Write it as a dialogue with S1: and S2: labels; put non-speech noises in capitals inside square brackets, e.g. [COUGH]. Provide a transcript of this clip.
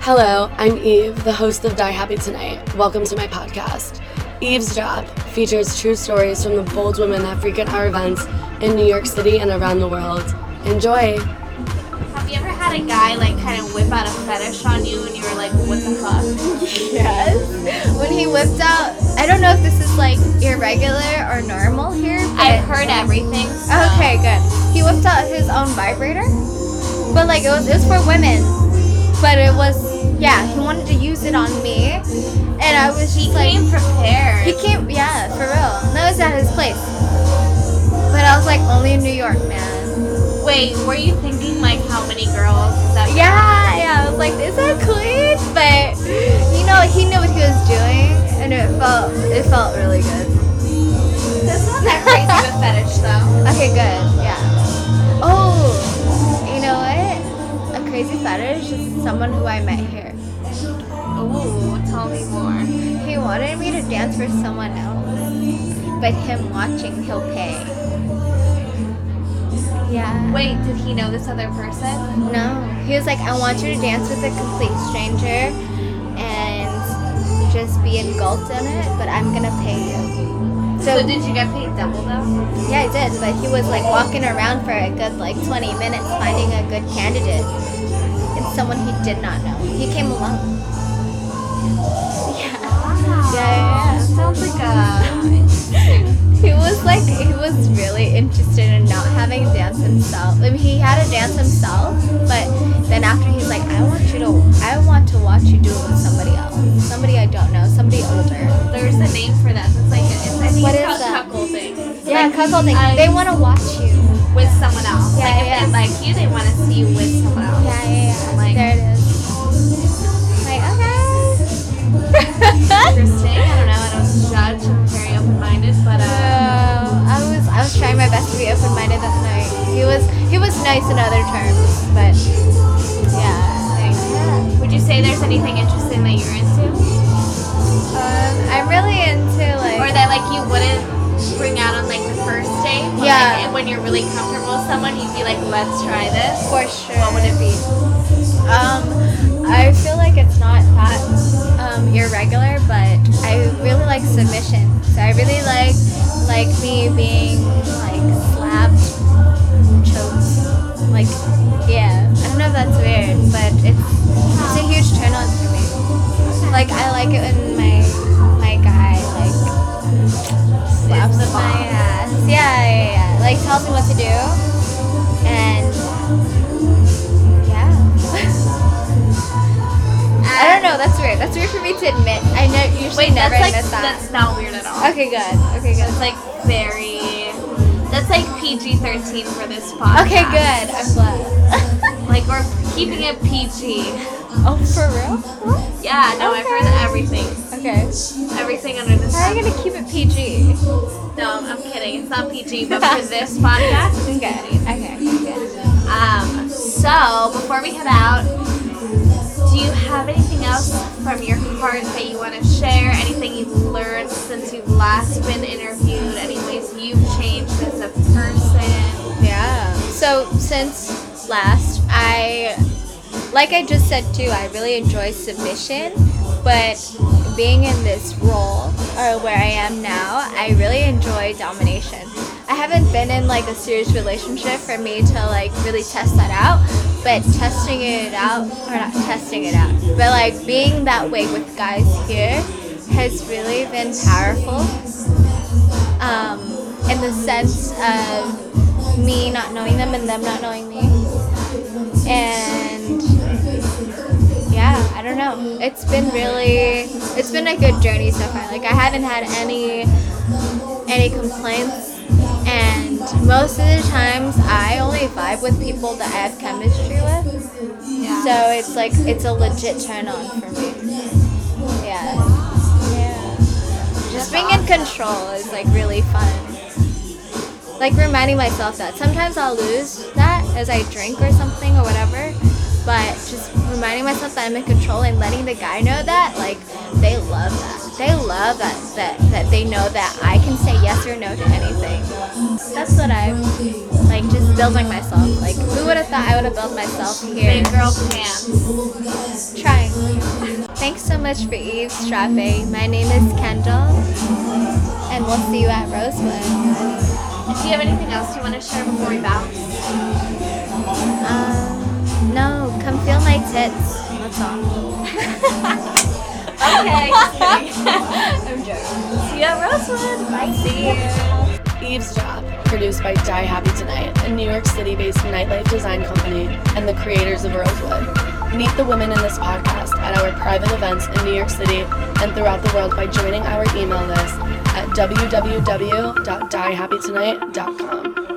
S1: Hello, I'm Eve, the host of Die Happy Tonight. Welcome to my podcast. Eve's Job features true stories from the bold women that frequent our events in New York City and around the world. Enjoy!
S2: Have you ever had a guy like kind of whip out a fetish on you and you were like, what the fuck?
S3: Yes. When he whipped out, I don't know if this is like irregular or normal here.
S2: I've
S3: But
S2: heard everything. so-
S3: Okay, good. He whipped out his own vibrator, but like it was it was for women. But it was yeah. He wanted to use it on me, and I was
S2: She
S3: just like
S2: came prepared.
S3: he came yeah for real. And that was at his place. But I was like only in New York, man.
S2: Wait, were you thinking like how many girls is that?
S3: Yeah, yeah. I was like, is that clean? But you know, he knew what he was doing, and it felt it felt really good.
S2: That's not that crazy of
S3: [LAUGHS]
S2: a fetish though.
S3: Okay, good. Yeah. Oh, you know what? A crazy fetish is someone who I met here.
S2: Ooh, tell me more.
S3: He wanted me to dance for someone else, but him watching, he'll pay. Yeah.
S2: Wait, did he know this other person?
S3: No. He was like, I want you to dance with a complete stranger and just be engulfed in it, but I'm gonna pay you.
S2: So, did you get paid double though?
S3: Yeah, I did, but he was like walking around for a good like 20 minutes finding a good candidate. And someone he did not know. He came alone. Yeah.
S2: Wow.
S3: Yeah, yeah, yeah.
S2: Sounds like a.
S3: Uh, [LAUGHS] He was like, he was really interested in not having a dance himself. I mean, he had a dance himself, but then after he's like, I want you to, I want to watch you do it with somebody else. Somebody I don't know, somebody older.
S2: There's a name for that. It's like it's, I think
S3: What
S2: it's
S3: is
S2: called
S3: that?
S2: cuckolding.
S3: Yeah, cuckolding.
S2: I-
S3: They want to watch you.
S2: with someone else.
S3: Yeah,
S2: like if
S3: yeah.
S2: they like you, they want to see you with someone else.
S3: Yeah, yeah, yeah.
S2: Like-
S3: there it is. Like, [LAUGHS] okay.
S2: Interesting. I don't know. I don't judge. I'm very open-minded, but
S3: so
S2: uh,
S3: I was I was trying my best to be open minded that night. He was he was nice in other terms, but yeah.
S2: interesting. Would you say there's anything interesting that you're into,
S3: Um, I'm really into like
S2: or that like you wouldn't bring out on like the first date? But,
S3: Yeah.
S2: Like, when you're really comfortable with someone, you'd be like, let's try this.
S3: for sure.
S2: What would it be?
S3: Um, I feel like it's not that um, irregular, but I really like submission. So I really like like me being like slapped, choked, like yeah. I don't know if that's weird, but it's it's a huge turn on for me. Like I like it when my my guy like slaps
S2: the
S3: my
S2: bomb.
S3: ass. Yeah, yeah, yeah. Like tells me what to do, and yeah. [LAUGHS] I don't know. That's weird. That's weird for me to admit. I ne- usually
S2: Wait, that's
S3: never
S2: like
S3: admit that.
S2: that's not weird at all.
S3: Okay, good. Okay, good.
S2: That's like very. That's like PG-13 for this podcast.
S3: Okay, good. I'm glad. [LAUGHS]
S2: Like we're keeping it PG.
S3: oh, for real?
S2: Yeah, no, I've heard everything.
S3: Okay.
S2: Everything under the
S3: How are
S2: sun.
S3: you gonna keep it PG?
S2: No, I'm kidding. It's not PG, but for this podcast, it's
S3: Okay.
S2: PG.
S3: Okay.
S2: Um, so before we head out, do you have anything else from your heart that you want to share? Anything you've learned since you've last been interviewed? Any ways you've changed as a person?
S3: Yeah. So since last, I, like I just said too, I really enjoy submission, but being in this role or where I am now, I really enjoy domination. I haven't been in like a serious relationship for me to like really test that out, but testing it out or not testing it out, but like being that way with guys here has really been powerful um, in the sense of me not knowing them and them not knowing me. And yeah, I don't know. It's been really, it's been a good journey so far. Like I haven't had any, any complaints. And most of the times, I only vibe with people that I have chemistry with. So it's like it's a legit turn on for me. Yeah. Yeah. Just being in control is like really fun. Like reminding myself that sometimes I'll lose that as I drink or something or whatever. But just reminding myself that I'm in control and letting the guy know that, like, they love that. They love that that, that they know that I can say yes or no to anything. That's what I like just building myself. Like who would have thought I would have built myself here?
S2: Big girl pants.
S3: Trying. Thanks so much for eavesdropping. My name is Kendall, and we'll see you at Rosewood.
S2: Do you have anything else you want to share before we bounce?
S3: Um, no, come feel my tits. That's all.
S2: Okay.
S3: I'm joking.
S2: See you at Rosewood. Bye. See you.
S1: Eavesdrop, produced by Die Happy Tonight, a New York City based nightlife design company and the creators of Rosewood. Meet the women in this podcast at our private events in New York City and throughout the world by joining our email list at www.diehappytonight.com.